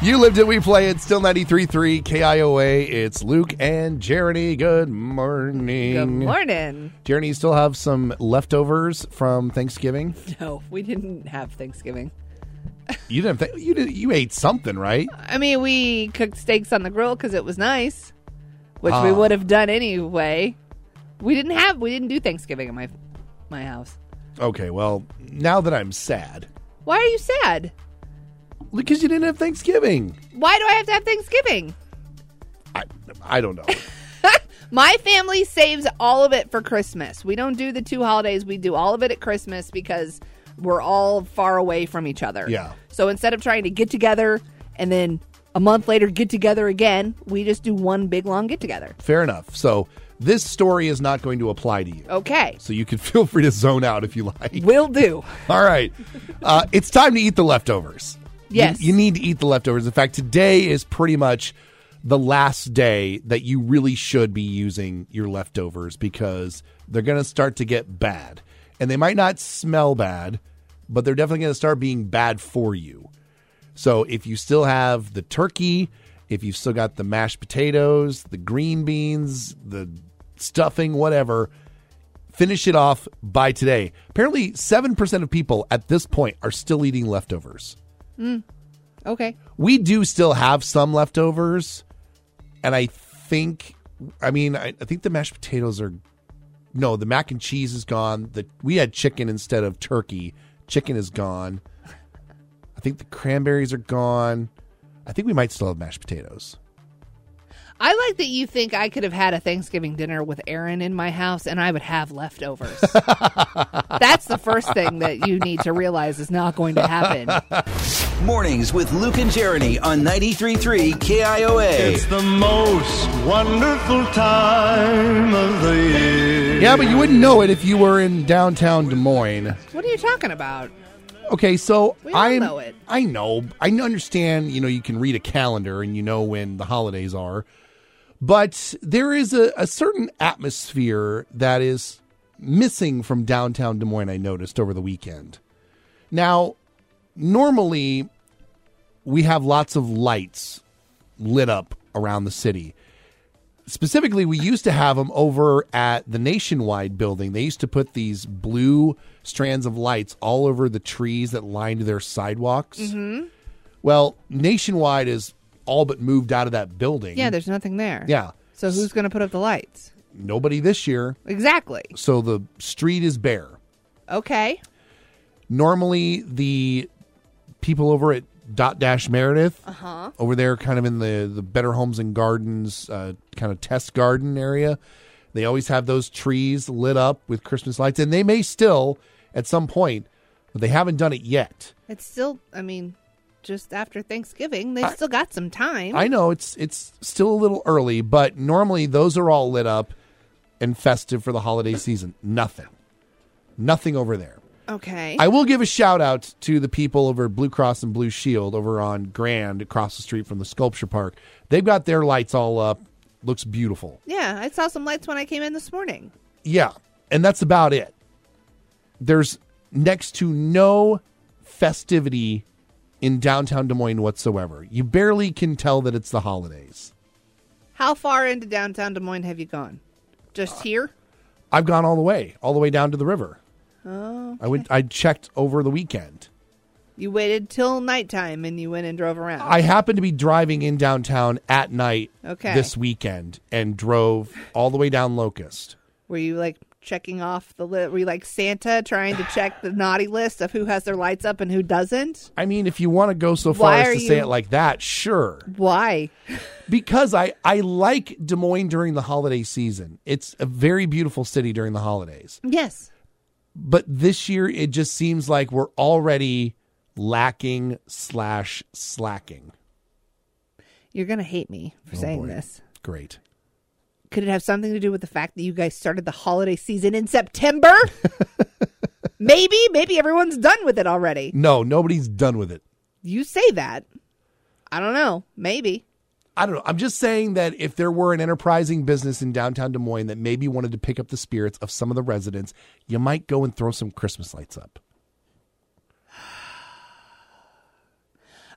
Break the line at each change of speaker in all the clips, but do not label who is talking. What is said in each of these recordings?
You lived it, we play it. Still 93.3 KIOA. It's Luke and Jeremy. Good morning.
Good morning.
Jeremy, you still have some leftovers from Thanksgiving?
No, we didn't have Thanksgiving.
You didn't. Th- you did. You ate something, right?
I mean, we cooked steaks on the grill because it was nice, which we would have done anyway. We didn't have. We didn't do Thanksgiving at my my house.
Okay. Well, now that I'm sad
Why are you sad?
because you didn't have Thanksgiving,
Why do I have to have Thanksgiving?
I I don't know.
My family saves all of it for Christmas. We don't do the two holidays. We do all of it at Christmas because we're all far away from each other.
Yeah.
So instead of trying to get together and then a month later get together again, we just do one big long get together.
Fair enough. So this story is not going to apply to you.
Okay.
So you can feel free to zone out if you like.
Will do.
All right. Uh, it's time to eat the leftovers. You-
Yes.
You, need to eat the leftovers. In fact, today is pretty much the last day that you really should be using your leftovers because they're going to start to get bad. And they might not smell bad, but they're definitely going to start being bad for you. So if you still have the turkey, if you've still got the mashed potatoes, the green beans, the stuffing, whatever, finish it off by today. Apparently, 7% of people at this point are still eating leftovers.
Okay.
We do still have some leftovers. And I think, I mean, I, I think the mashed potatoes are, no, the mac and cheese is gone. The, we had chicken instead of turkey. Chicken is gone. I think the cranberries are gone. I think we might still have mashed potatoes.
I like that you think I could have had a Thanksgiving dinner with Aaron in my house and I would have leftovers. That's the first thing that you need to realize is not going to happen.
Mornings with Luke and Jeremy on 93.3 KIOA.
It's the most wonderful time of the year.
Yeah, but you wouldn't know it if you were in downtown Des Moines.
What are you talking about?
Okay, so
We all
I
know it.
I know. I understand. You know, you can read a calendar and you know when the holidays are, but there is a, a certain atmosphere that is missing from downtown Des Moines. I noticed over the weekend. Now, normally we have lots of lights lit up around the city. Specifically, we used to have them over at the Nationwide building. They used to put these blue strands of lights all over the trees that lined their sidewalks. Well, Nationwide is all but moved out of that building.
Yeah, there's nothing there.
yeah.
So who's going to put up the lights?
Nobody this year,
Exactly.
so the street is bare.
Okay.
normally the people over at Dot Dash Meredith over there, kind of in the the Better Homes and Gardens uh, kind of test garden area, they always have those trees lit up with Christmas lights, and they may still at some point, but they haven't done it yet.
It's still, I mean, just after Thanksgiving, they've still got some time.
I know it's it's still a little early, but normally those are all lit up and festive for the holiday season. Nothing, nothing over there.
okay.
I will give a shout out to the people over at Blue Cross and Blue Shield over on Grand across the street from the sculpture park. They've got their lights all up. Looks beautiful.
yeah, I saw some lights when I came in this morning.
Yeah. And that's about it. There's next to no festivity in downtown Des Moines whatsoever. You barely can tell that it's the holidays.
How far into downtown Des Moines have you gone?
Uh,
Just here?
I've gone all the way, all the way down to the river. Oh. I went I checked over the weekend.
You waited till nighttime and you went and drove around.
I happened to be driving in downtown at night
Okay.
this weekend and drove all the way down Locust.
Were you like checking off the list? Were you like Santa trying to check the naughty list of who has their lights up and who doesn't?
I mean, if you want to go so far
Why
as
are
to say
you-
it like that, sure.
Why?
Because I, I like Des Moines during the holiday season. It's a very beautiful city during the holidays.
Yes.
But this year, it just seems like we're already lacking slash slacking.
You're going to hate me for
Oh,
saying
boy.
this.
Great.
Could it have something to do with the fact that you guys started the holiday season in September? maybe, maybe everyone's done with it already.
No, nobody's done with it.
You say that. I don't know. Maybe.
I don't know. I'm just saying that if there were an enterprising business in downtown Des Moines that maybe wanted to pick up the spirits of some of the residents, you might go and throw some Christmas lights up.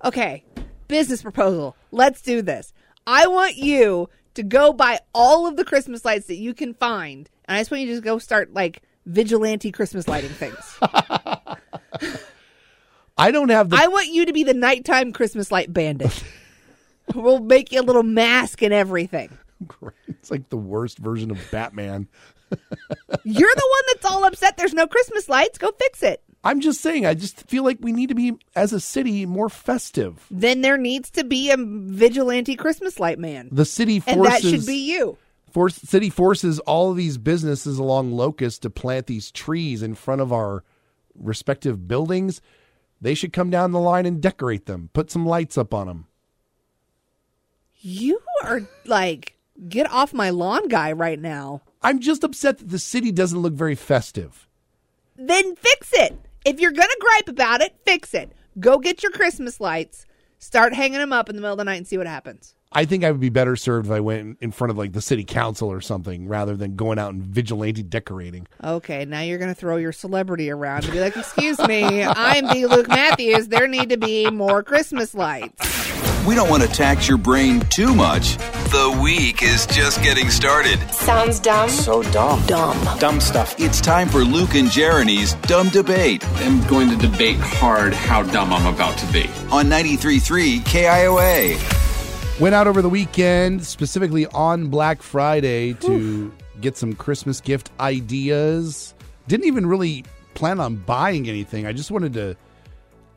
Okay. business proposal. Let's do this. I want you to go buy all of the Christmas lights that you can find, and I just want you to just go start like vigilante Christmas lighting things.
I don't have the
I want you to be the nighttime Christmas light bandit. we'll make you a little mask and everything.
It's like the worst version of Batman.
You're the one that's all upset there's no Christmas lights. Go fix it.
I'm just saying, I just feel like we need to be, as a city, more festive.
Then there needs to be a vigilante Christmas light man.
The city
And
forces
that should be you.
force, city forces all of these businesses along Locust to plant these trees in front of our respective buildings. They should come down the line and decorate them, put some lights up on them.
You are like, get off my lawn guy right now.
I'm just upset that the city doesn't look very festive.
Then fix it. If you're going to gripe about it, fix it. Go get your Christmas lights, start hanging them up in the middle of the night and see what happens.
I think I would be better served if I went in front of like the city council or something rather than going out and vigilante decorating.
Okay, now you're going to throw your celebrity around and be like, "Excuse me, I'm the Luke Matthews. There need to be more Christmas lights."
We don't want to tax your brain too much. The week is just getting started.
Sounds dumb.
So dumb.
dumb.
Dumb stuff.
It's time for Luke and Jeremy's Dumb Debate
I'm going to debate hard how dumb I'm about to be.
on 93.3 KIOA.
Went out over the weekend, specifically on Black Friday, to get some Christmas gift ideas. Didn't even really plan on buying anything. I just wanted to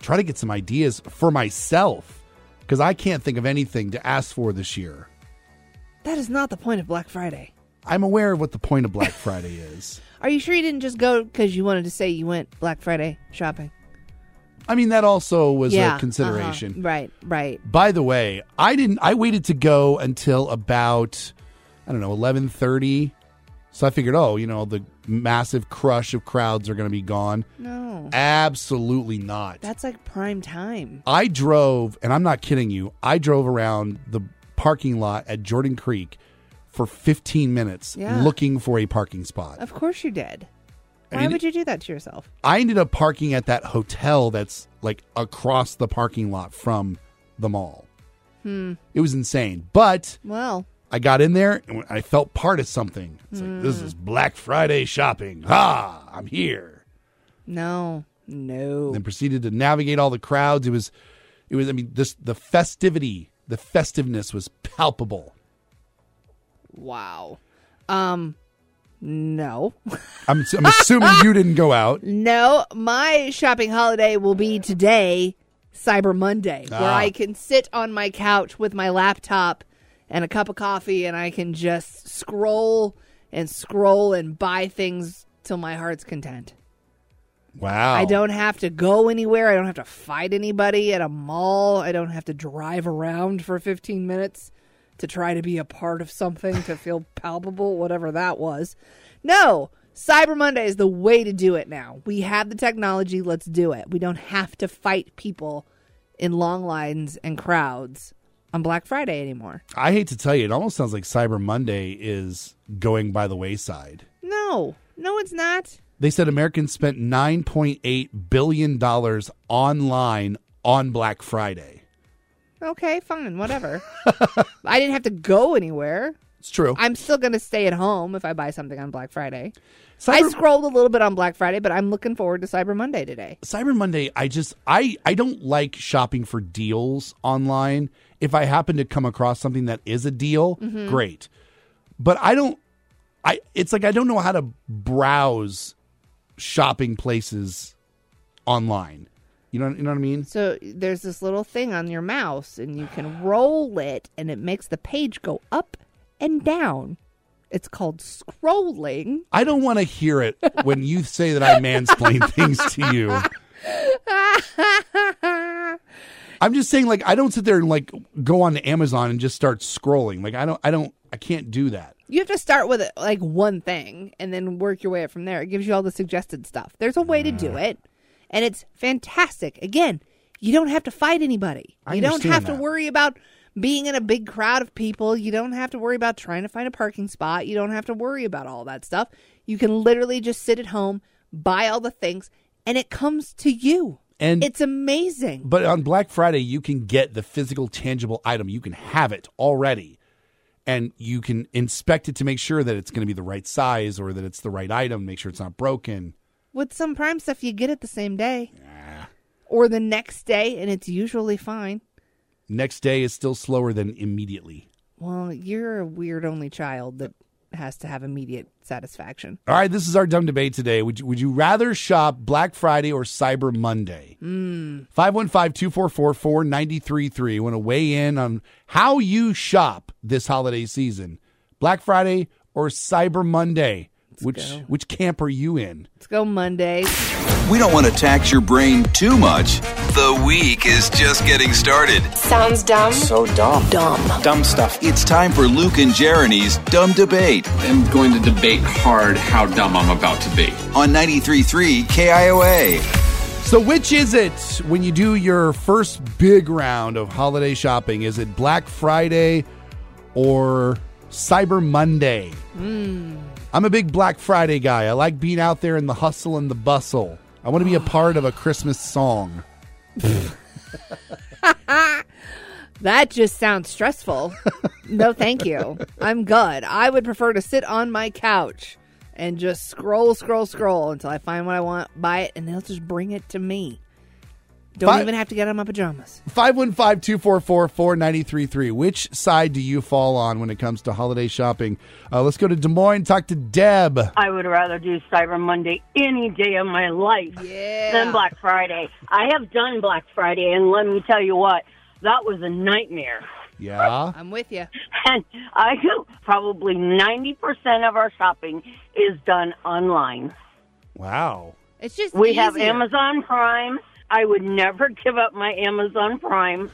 try to get some ideas for myself because I can't think of anything to ask for this year.
That is not the point of Black Friday.
I'm aware of what the point of Black Friday is.
Are you sure you didn't just go cuz you wanted to say you went Black Friday shopping?
I mean, that also was
yeah.
a consideration.
uh-huh. Right, right.
By the way, I didn't. I waited to go until about I don't know eleven thirty. So I figured, oh, you know, the massive crush of crowds are going to be gone.
No.
Absolutely not.
That's like prime time.
I drove, and I'm not kidding you. I drove around the parking lot at Jordan Creek for 15 minutes
Yeah.
looking for a parking spot.
Of course you did.
I
Why
mean-
would you do that to yourself?
I ended up parking at that hotel that's like across the parking lot from the mall.
Hmm.
It was insane, but.
Well,
I got in there and I felt part of something. It's like this is Black Friday shopping. Ha! I'm here.
no. No.
Then proceeded to navigate all the crowds. It was, it was. I mean, this the festivity, the festiveness was palpable.
Wow. Um no.
I'm, s- I'm assuming you didn't go out.
No, my shopping holiday will be today, Cyber Monday, where
Ah.
I can sit on my couch with my laptop and a cup of coffee and I can just scroll and scroll and buy things till my heart's content.
Wow.
I don't have to go anywhere. I don't have to fight anybody at a mall. I don't have to drive around for 15 minutes to try to be a part of something to feel palpable, whatever that was. No, Cyber Monday is the way to do it now. We have the technology. Let's do it. We don't have to fight people in long lines and crowds on Black Friday anymore.
I hate to tell you, it almost sounds like Cyber Monday is going by the wayside.
No, no, it's not.
They said Americans spent 9.8 billion dollars online on Black Friday.
Okay, fine, whatever. I didn't have to go anywhere.
It's true.
I'm still going to stay at home if I buy something on Black Friday. I
Cyber-
scrolled a little bit on Black Friday, but I'm looking forward to Cyber Monday today.
Cyber Monday, I just I I don't like shopping for deals online. If I happen to come across something that is a deal, great. But I don't I it's like I don't know how to browse shopping places online. You know you know what I mean?
So there's this little thing on your mouse, and you can roll it, and it makes the page go up and down. It's called scrolling.
I don't want to hear it when you say that I mansplain things to you. I'm just saying like I don't sit there and like go on to Amazon and just start scrolling. Like I don't I don't I can't do that.
You have to start with like one thing and then work your way up from there. It gives you all the suggested stuff. There's a way to
Mm.
do it, and it's fantastic. Again, you don't have to fight anybody.
I
you don't
understand
have to
that.
worry about being in a big crowd of people. You don't have to worry about trying to find a parking spot. You don't have to worry about all that stuff. You can literally just sit at home, buy all the things, and it comes to you.
And
It's amazing.
But on Black Friday, you can get the physical, tangible item. You can have it already, and you can inspect it to make sure that it's going to be the right size or that it's the right item. Make sure it's not broken.
With some Prime stuff, you get it the same day or the next day, and it's usually fine.
Next day is still slower than immediately.
Well, you're a weird only child that has to have immediate satisfaction.
All right, this is our dumb debate today. Would you, would you rather shop Black Friday or Cyber Monday? 515 244 4933. Want to weigh in on how you shop this holiday season? Black Friday or Cyber Monday? which
go.
which camp are you in?
Let's go Monday.
We don't want to tax your brain too much. The week is just getting started.
Sounds dumb.
So dumb. Dumb. Dumb stuff.
It's time for Luke and Jeremy's Dumb Debate
I'm going to debate hard how dumb I'm about to be.
on 93.3 KIOA.
So, which is it when you do your first big round of holiday shopping? Is it Black Friday or Cyber Monday? I'm a big Black Friday guy. I like being out there in the hustle and the bustle. I want to be a part of a Christmas song.
That just sounds stressful. no, thank you. I'm good. I would prefer to sit on my couch and just scroll, scroll, scroll until I find what I want, buy it, and they'll just bring it to me. Don't
Fi-
even have to get on my pajamas.
515 244 4933. Which side do you fall on when it comes to holiday shopping? Uh, let's go to Des Moines, talk to Deb.
I would rather do Cyber Monday any day of my life than Black Friday. I have done Black Friday, and let me tell you what, that was a nightmare.
Yeah.
I'm with you.
And I probably 90% of our shopping is done online.
Wow.
It's just
We have
easier.
Amazon Prime. I would never give up my Amazon Prime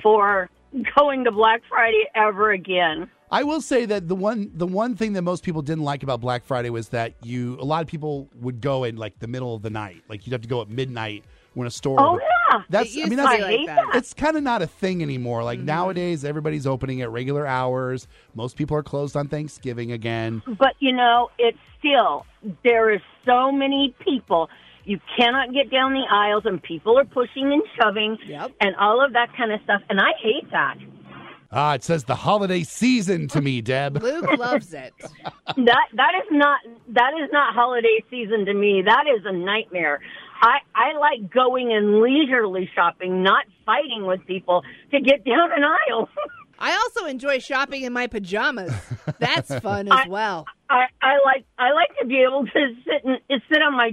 for going to Black Friday ever again.
I will say that the one the one thing that most people didn't like about Black Friday was that you a lot of people would go in like the middle of the night, like you'd have to go at midnight when a store.
Oh,
opened.
yeah.
that's I
used
mean
to
that's
be like that. Mm-hmm.
it's kind of not a thing anymore. Like nowadays, everybody's opening at regular hours. Most people are closed on Thanksgiving again.
But you know, it's still there is so many people. You cannot get down the aisles, and people are pushing and shoving,
Yep.
and all of that kind of stuff. And I hate that.
Ah, it says the holiday season to me, Deb.
Luke loves it.
That that is not that is not holiday season to me. That is a nightmare. I I like going and leisurely shopping, not fighting with people to get down an aisle.
I also enjoy shopping in my pajamas. That's fun as well.
I I like I like to be able to sit and sit on my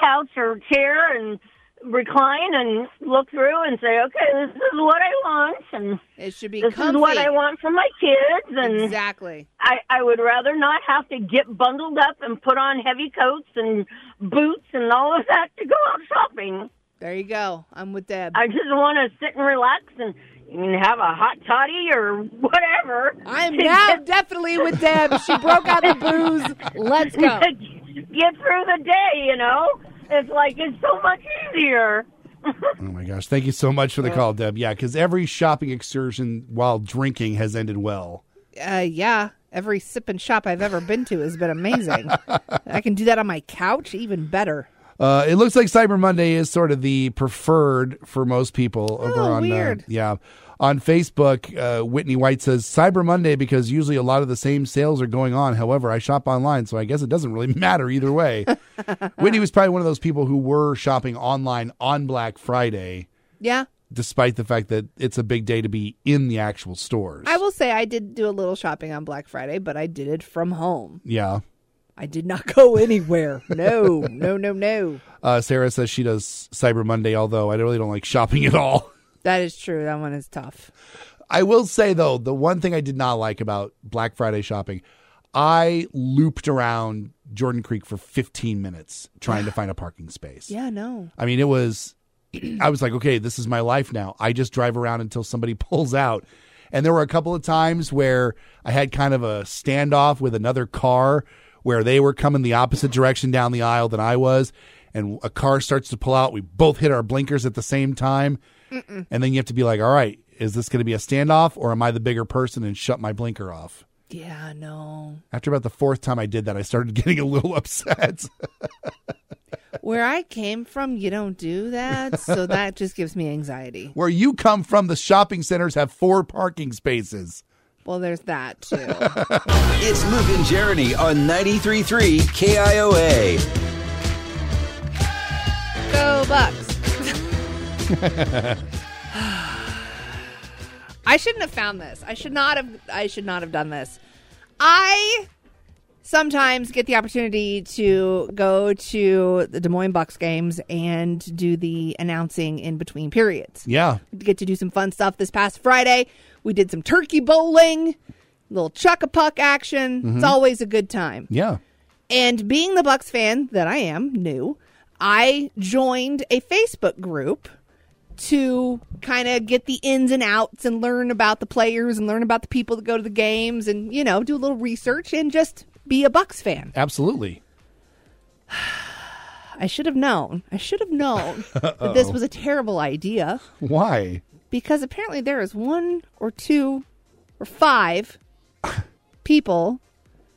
couch or chair and recline and look through and say, okay, this is what I want, and
It should be
this
comfy.
is what I want for my kids, and
Exactly.
I I would rather not have to get bundled up and put on heavy coats and boots and all of that to go out shopping.
There you go. I'm with Deb.
I just want to sit and relax and. and have a hot toddy or whatever.
I'm
to
now
get-
definitely with Deb. She broke out the booze. Let's go.
to get through the day, you know? It's like it's so much easier.
Oh my gosh! Thank you so much for the call, Deb. Yeah, because every shopping excursion while drinking has ended well.
Uh, yeah. Every sip and shop I've ever been to has been amazing. I can do that on my couch, even better.
Uh, it looks like Cyber Monday is sort of the preferred for most people over on uh,
Oh, weird.
yeah on Facebook. Uh, Whitney White says Cyber Monday because usually a lot of the same sales are going on. However, I shop online, so I guess it doesn't really matter either way. Whitney was probably one of those people who were shopping online on Black Friday,
Yeah.
despite the fact that it's a big day to be in the actual stores.
I will say I did do a little shopping on Black Friday, but I did it from home.
yeah.
I did not go anywhere. No, no, no, no.
Uh, Sarah says she does Cyber Monday, although I really don't like shopping at all.
That is true. That one is tough.
I will say though, the one thing I did not like about Black Friday shopping, I looped around Jordan Creek for 15 minutes trying to find a parking space.
Yeah, no.
I mean, it was I was like, okay, this is my life now. I just drive around until somebody pulls out. And there were a couple of times where I had kind of a standoff with another car where they were coming the opposite direction down the aisle than I was. And a car starts to pull out. We both hit our blinkers at the same time. And then you have to be like, all right, is this going to be a standoff or am I the bigger person and shut my blinker off?
Yeah, no.
After about the fourth time I did that, I started getting a little upset.
Where I came from, you don't do that. So that just gives me anxiety.
Where you come from, the shopping centers have four parking spaces.
Well, there's that too.
It's Luke and Jeremy on 93.3 KIOA.
Go Bucks. I shouldn't have found this. I should not have I should not have done this. I sometimes get the opportunity to go to the Des Moines Bucks games and do the announcing in between periods.
Yeah.
Get to do some fun stuff this past Friday. We did some turkey bowling, little chuck a puck action. It's always a good time.
Yeah.
And being the Bucks fan that I am, new, I joined a Facebook group to kind of get the ins and outs and learn about the players and learn about the people that go to the games and you know do a little research and just be a Bucks fan.
Absolutely.
I should have known. I should have known that this was a terrible idea
Why?
because apparently there is one or two or five people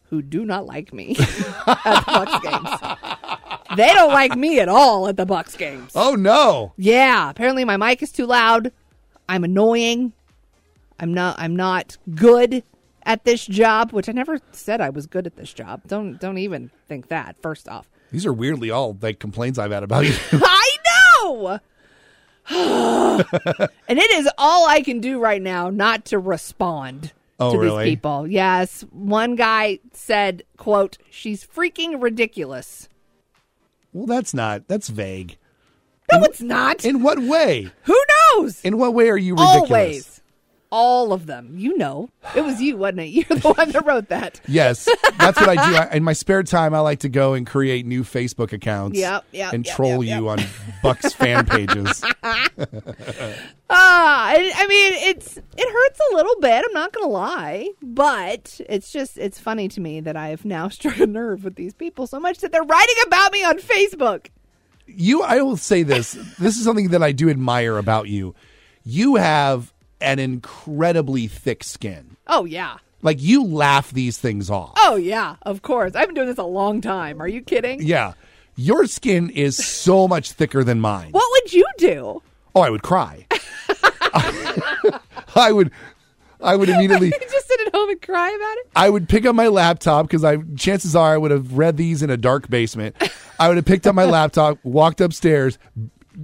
who do not like me at the Bucks games. They don't like me at all at the Bucks games.
Oh no.
Yeah, apparently my mic is too loud. I'm annoying. I'm not I'm not good at this job, which I never said I was good at this job. Don't don't even think that. First off.
These are weirdly all like complaints I've had about you.
I know. and it is all I can do right now not to respond
Oh,
to
really?
these people. Yes, one guy said, "quote She's freaking ridiculous."
well, that's not. That's vague.
No, it's not.
In what way?
Who knows?
In what way are you ridiculous?
Always, all of them. You know, it was you, wasn't it? You're the one that wrote that.
Yes, that's what I do. I, in my spare time, I like to go and create new Facebook accounts.
Yep, yep,
and
yep,
troll
yep,
you on Bucks fan pages.
Ah, I, I mean, it's it hurts a little bit. I'm not gonna lie, but it's just it's funny to me that I've now struck a nerve with these people so much that they're writing about me on Facebook.
You, I will say this. This is something that I do admire about you. You have an incredibly thick skin.
Oh yeah,
Like you laugh these things off.
oh yeah, of course. I've been doing this a long time. Are you kidding?
Yeah, your skin is so much thicker than mine.
What would you do?
Oh, I would cry. I would, I would immediately.
You just sit at home and cry about it.
I would pick up my laptop because I chances are I would have read these in a dark basement. I would have picked up my laptop, walked upstairs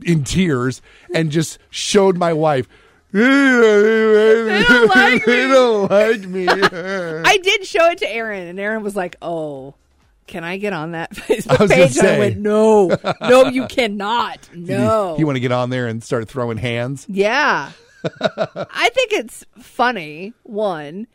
in tears, and just showed my wife. They don't
like me."
don't like me.
I did show it to Aaron, and Aaron was like, "Oh." Can I get on that Facebook
I was gonna
page? And I
say.
went, no, no, you cannot. No.
You want to get on there and start throwing hands?
Yeah. I think it's funny, one.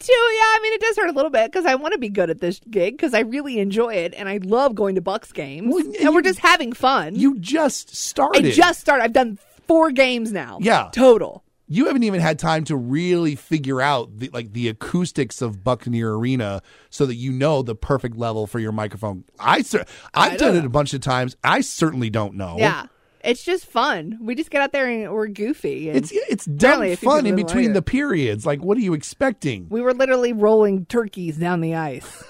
Two, yeah, I mean, it does hurt a little bit because I want to be good at this gig because I really enjoy it and I love going to Bucks games.
Well,
and
and
we're
you-
just having fun.
You just
I
started.
just started. I've done four games now.
Yeah. Oh.
Total.
you haven't even had time to really figure out the, like the acoustics of Buccaneer Arena so that you know the perfect level for your microphone. I cer- I've
I don't
done it
know.
a bunch of times. I certainly don't know.
Yeah. It's just fun. We just get out there and we're goofy. And
It's e- it's
Apparently,
dumb
if you
fun
do
in
it
between
later.
the periods. Like, what are you expecting?
we were literally rolling turkeys down the ice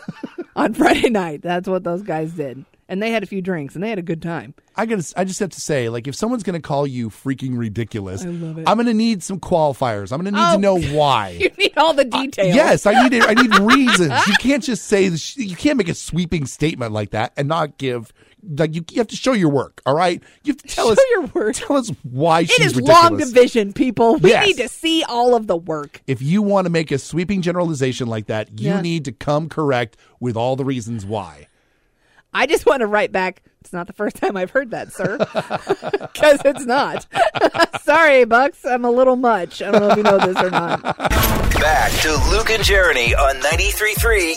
on Friday night. That's what those guys did. And they had a few drinks and they had a good time.
I gotta. s- I just have to say, like, if someone's gonna call you freaking ridiculous, I love it. I'm gonna need some qualifiers. I'm gonna need
Oh.
to know why.
You need all the details.
Yes, I need it. I need reasons. You can't just say the sh- you can't make a sweeping statement like that and not give like you, you have to show your work. All right, you have to tell
Show
us
your work.
Tell us why
It
she's
is
ridiculous.
long division, people. We
Yes.
need to see all of the work.
If you want to make a sweeping generalization like that, you
Yeah.
need to come correct with all the reasons why.
I just want to write back. It's not the first time I've heard that, sir, because it's not. Sorry, Bucks. I'm a little much. I don't know if you know this or not.
Back to Luke and Jeremy on 93.3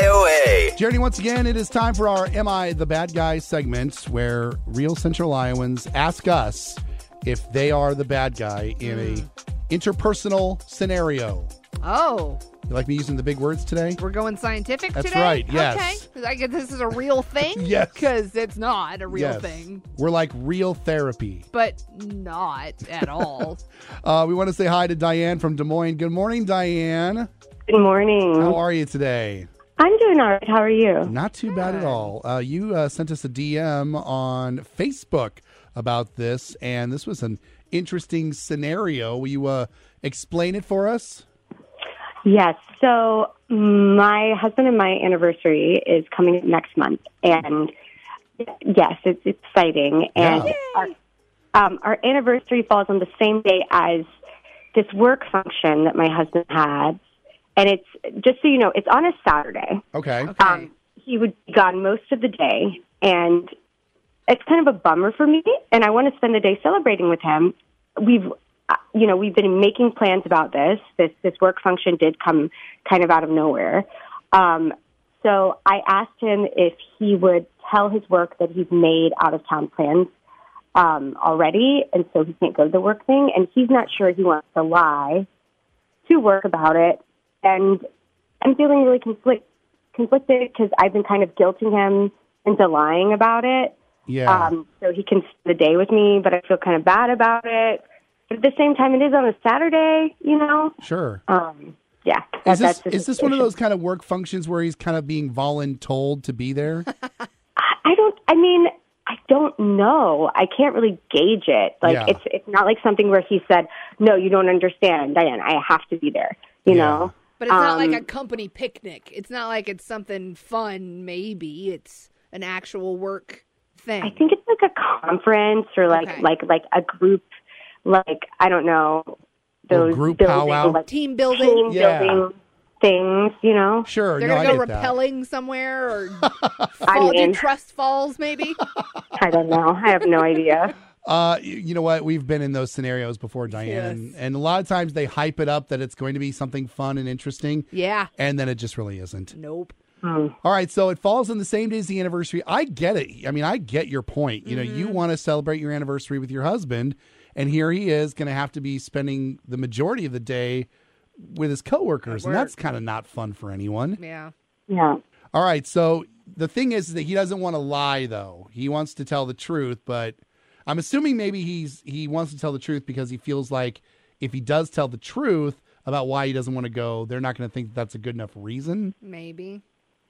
KIOA.
Jeremy, once again, it is time for our Am I the Bad Guy segment where real Central Iowans ask us if they are the bad guy in
Hmm.
a interpersonal scenario.
Oh,
You like me using the big words today?
we're going scientific
That's
today.
right, yes.
Okay. I guess this is a real thing.
Yes.
Because it's not a real
Yes.
thing,
We're like real therapy.
but not at all.
Uh, we want to say hi to Diane from Des Moines. Good morning, Diane.
Good morning.
How are you today?
I'm doing all right. How are you?
Not too bad at all. Uh, you uh, sent us a DM on Facebook about this, and this was an interesting scenario. Will you uh, explain it for us?
Yes. So my husband and my anniversary is coming up next month, and yes, it's exciting. And
Yeah.
our, um, our anniversary falls on the same day as this work function that my husband had, and it's just so you know, it's on a Saturday.
Okay.
Um, he would be gone most of the day, and it's kind of a bummer for me. And I want to spend the day celebrating with him. We've, uh, you know, we've been making plans about this. This this work function did come kind of out of nowhere. Um, so I asked him if he would tell his work that he's made out of town plans um, already, and so he can't go to the work thing. And he's not sure he wants to lie to work about it. And I'm feeling really conflict, conflicted because I've been kind of guilting him into lying about it.
Yeah.
Um, so he can spend the day with me, but I feel kind of bad about it. But at the same time, it is on a Saturday, you know?
sure.
Um, yeah. that-
Is this,
the
is this one of
situation.
those kind of work functions where he's kind of being voluntold to be there?
I don't. I mean, I don't know. I can't really gauge it. Like
Yeah.
it's it's not like something where he said, "No, you don't understand, Diane. I have to be there." You
Yeah.
know.
But it's not
Um,
like a company picnic. It's not like it's something fun, maybe. It's an actual work thing.
I think it's like a conference or like
Okay.
like like a group, like I don't know those
group
building,
powwow?
like
Team
team
building.
Yeah.
building things. You know.
Sure.
They're
no,
going
I
to go
get that.
rappelling somewhere or
I
fall, do
mean-
trust falls, maybe.
I don't know. I have no idea.
Uh, you, you know what? We've been in those scenarios before, Diane, and, and a lot of times they hype it up that it's going to be something fun and interesting,
yeah.
and then it just really isn't.
Nope.
All right, so it falls on the same day as the anniversary. I get it. I mean, I get your point. You know, you want to celebrate your anniversary with your husband, and here he is going to have to be spending the majority of the day with his coworkers, and that's kind of not fun for anyone.
Yeah.
Yeah.
All right. So the thing is that he doesn't want to lie, though. He wants to tell the truth, but I'm assuming maybe he's he wants to tell the truth because he feels like if he does tell the truth about why he doesn't want to go, they're not going to think that that's a good enough reason.
Maybe.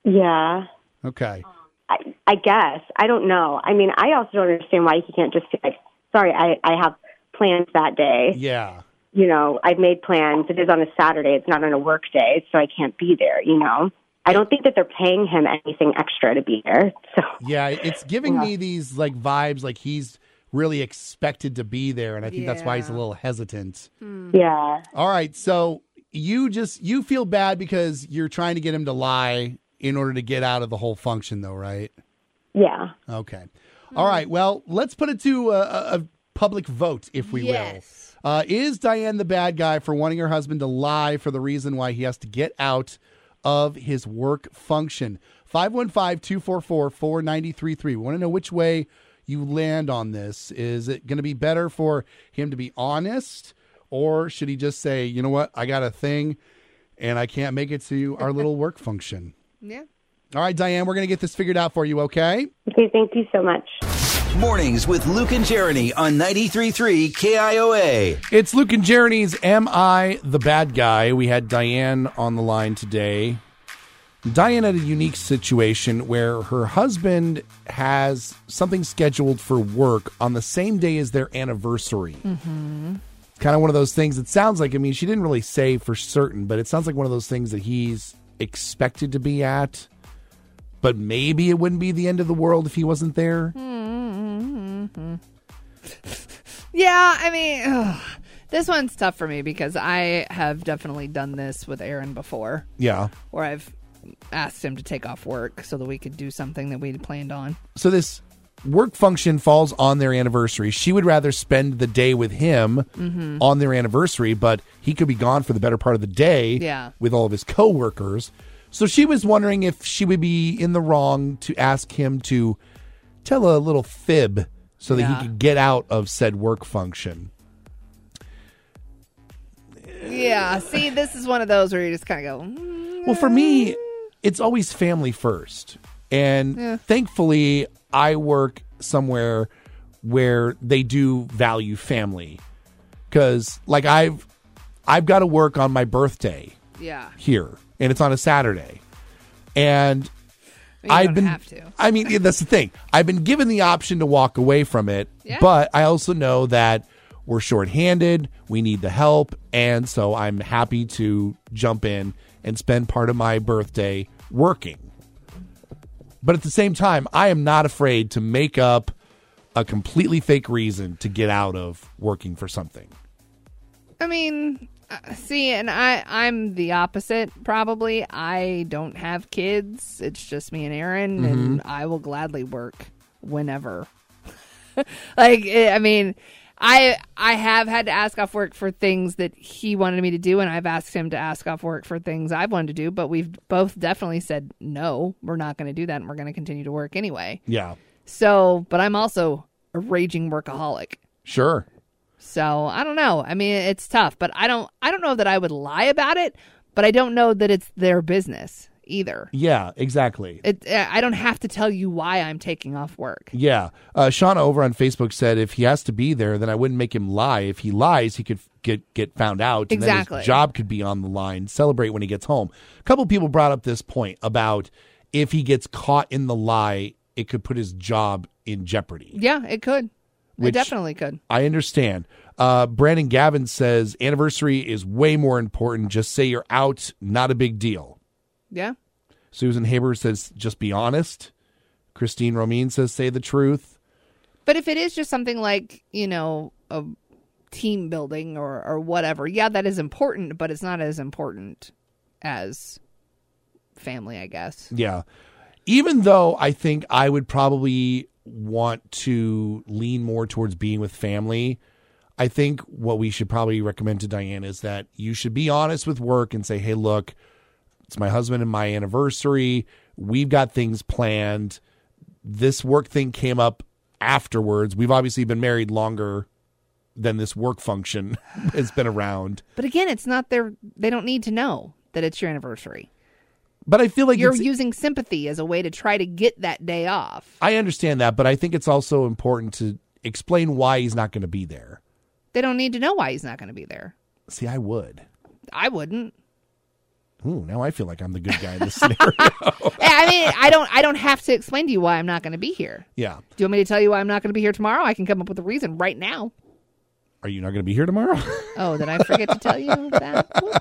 Yeah.
Okay.
I, I guess. I don't know. I mean, I also don't understand why he can't just be like, sorry, I, I have plans that day.
Yeah.
You know, I've made plans. It is on a Saturday. It's not on a work day, so I can't be there, you know? I don't think that they're paying him anything extra to be there. So,
Yeah. It's giving me these like vibes like he's really expected to be there, and I think that's why he's a
Yeah.
little hesitant.
yeah.
All right. So you just you feel bad because you're trying to get him to lie in order to get out of the whole function, though, right?
Yeah.
Okay. All right. Well, let's put it to a, a- a public vote, if we
Yes.
will. Uh, is Diane the bad guy for wanting her husband to lie for the reason why he has to get out of his work function? 515 244 4933. We want to know which way you land on this. Is it going to be better for him to be honest, or should he just say, you know what, I got a thing and I can't make it to our little work function?
Yeah.
All right, Diane, we're going to get this figured out for you, okay?
Okay, thank you so much.
Mornings with Luke and Jeremy on 93.3 KIOA.
It's Luke and Jeremy's Am I the Bad Guy? We had Diane on the line today. Diane had a unique situation where her husband has something scheduled for work on the same day as their anniversary. It's kind of one of those things that sounds like, I mean, she didn't really say for certain, but it sounds like one of those things that he's expected to be at. But maybe it wouldn't be the end of the world if he wasn't there.
Yeah, I mean, ugh. this one's tough for me because I have definitely done this with Aaron before,
Yeah.
where I've asked him to take off work so that we could do something that we would planned on.
so this work function falls on their anniversary. She would rather spend the day with him
Mm-hmm.
on their anniversary, but he could be gone for the better part of the day
Yeah.
with all of his coworkers. So she was wondering if she would be in the wrong to ask him to tell a little fib so that
Yeah.
he could get out of said work function.
Yeah, see, this is one of those where you just kind of go, mm,
Well, for me, it's always family first. And thankfully, I work somewhere where they do value family. Cuz like I've I've got to work on my birthday
yeah,
here and it's on a Saturday. and
You
I've
don't
been.
have to.
I mean, yeah, that's the thing. I've been given the option to walk away from it,
Yeah.
but I also know that we're shorthanded. We need the help, and so I'm happy to jump in and spend part of my birthday working. But at the same time, I am not afraid to make up a completely fake reason to get out of working for something.
I mean, uh, see, and I I'm the opposite probably. I don't have kids. It's just me and Aaron, and I will gladly work whenever. like eh, I mean, I I have had to ask off work for things that he wanted me to do, and I've asked him to ask off work for things I've wanted to do. But we've both definitely said no, we're not going to do that, and we're going to continue to work anyway.
Yeah,
So, but I'm also a raging workaholic.
sure.
So I don't know. I mean, it's tough, but I don't. I don't know that I would lie about it, but I don't know that it's their business either.
Yeah, exactly.
It. eh, I don't have to tell you why I'm taking off work.
Yeah. Uh, Shauna over on Facebook said if he has to be there, then I wouldn't make him lie. If he lies, he could f- get get found out. And then
Exactly.
his job could be on the line. Celebrate when he gets home. A couple people brought up this point about if he gets caught in the lie, it could put his job in jeopardy.
Yeah, it could.
Which-
it definitely could.
I understand. Uh, Brandon Gavin says anniversary is way more important. Just say you're out. Not a big deal.
Yeah.
Susan Haber says just be honest. Christine Romine says say the truth.
But if it is just something like you know a team building or or whatever, yeah, that is important, but it's not as important as family, I guess.
Yeah. Even though I think I would probably want to lean more towards being with family, I think what we should probably recommend to Diane is that you should be honest with work and say, hey, look, it's my husband and my anniversary. We've got things planned. This work thing came up afterwards. We've obviously been married longer than this work function has been around.
But again, it's not their. They don't need to know that it's your anniversary.
But I feel like
you're
it's-
using sympathy as a way to try to get that day off.
I understand that, but I think it's also important to explain why he's not going to be there.
They don't need to know why he's not going to be there.
See, I would.
I wouldn't.
Ooh, now I feel like I'm the good guy in this scenario.
I I mean, I don't. I don't have to explain to you why I'm not going to be here.
yeah.
Do you want me to tell you why I'm not going to be here tomorrow? I can come up with a reason right now.
Are you not going to be here tomorrow?
Oh, did I forget to tell you that? Whoops.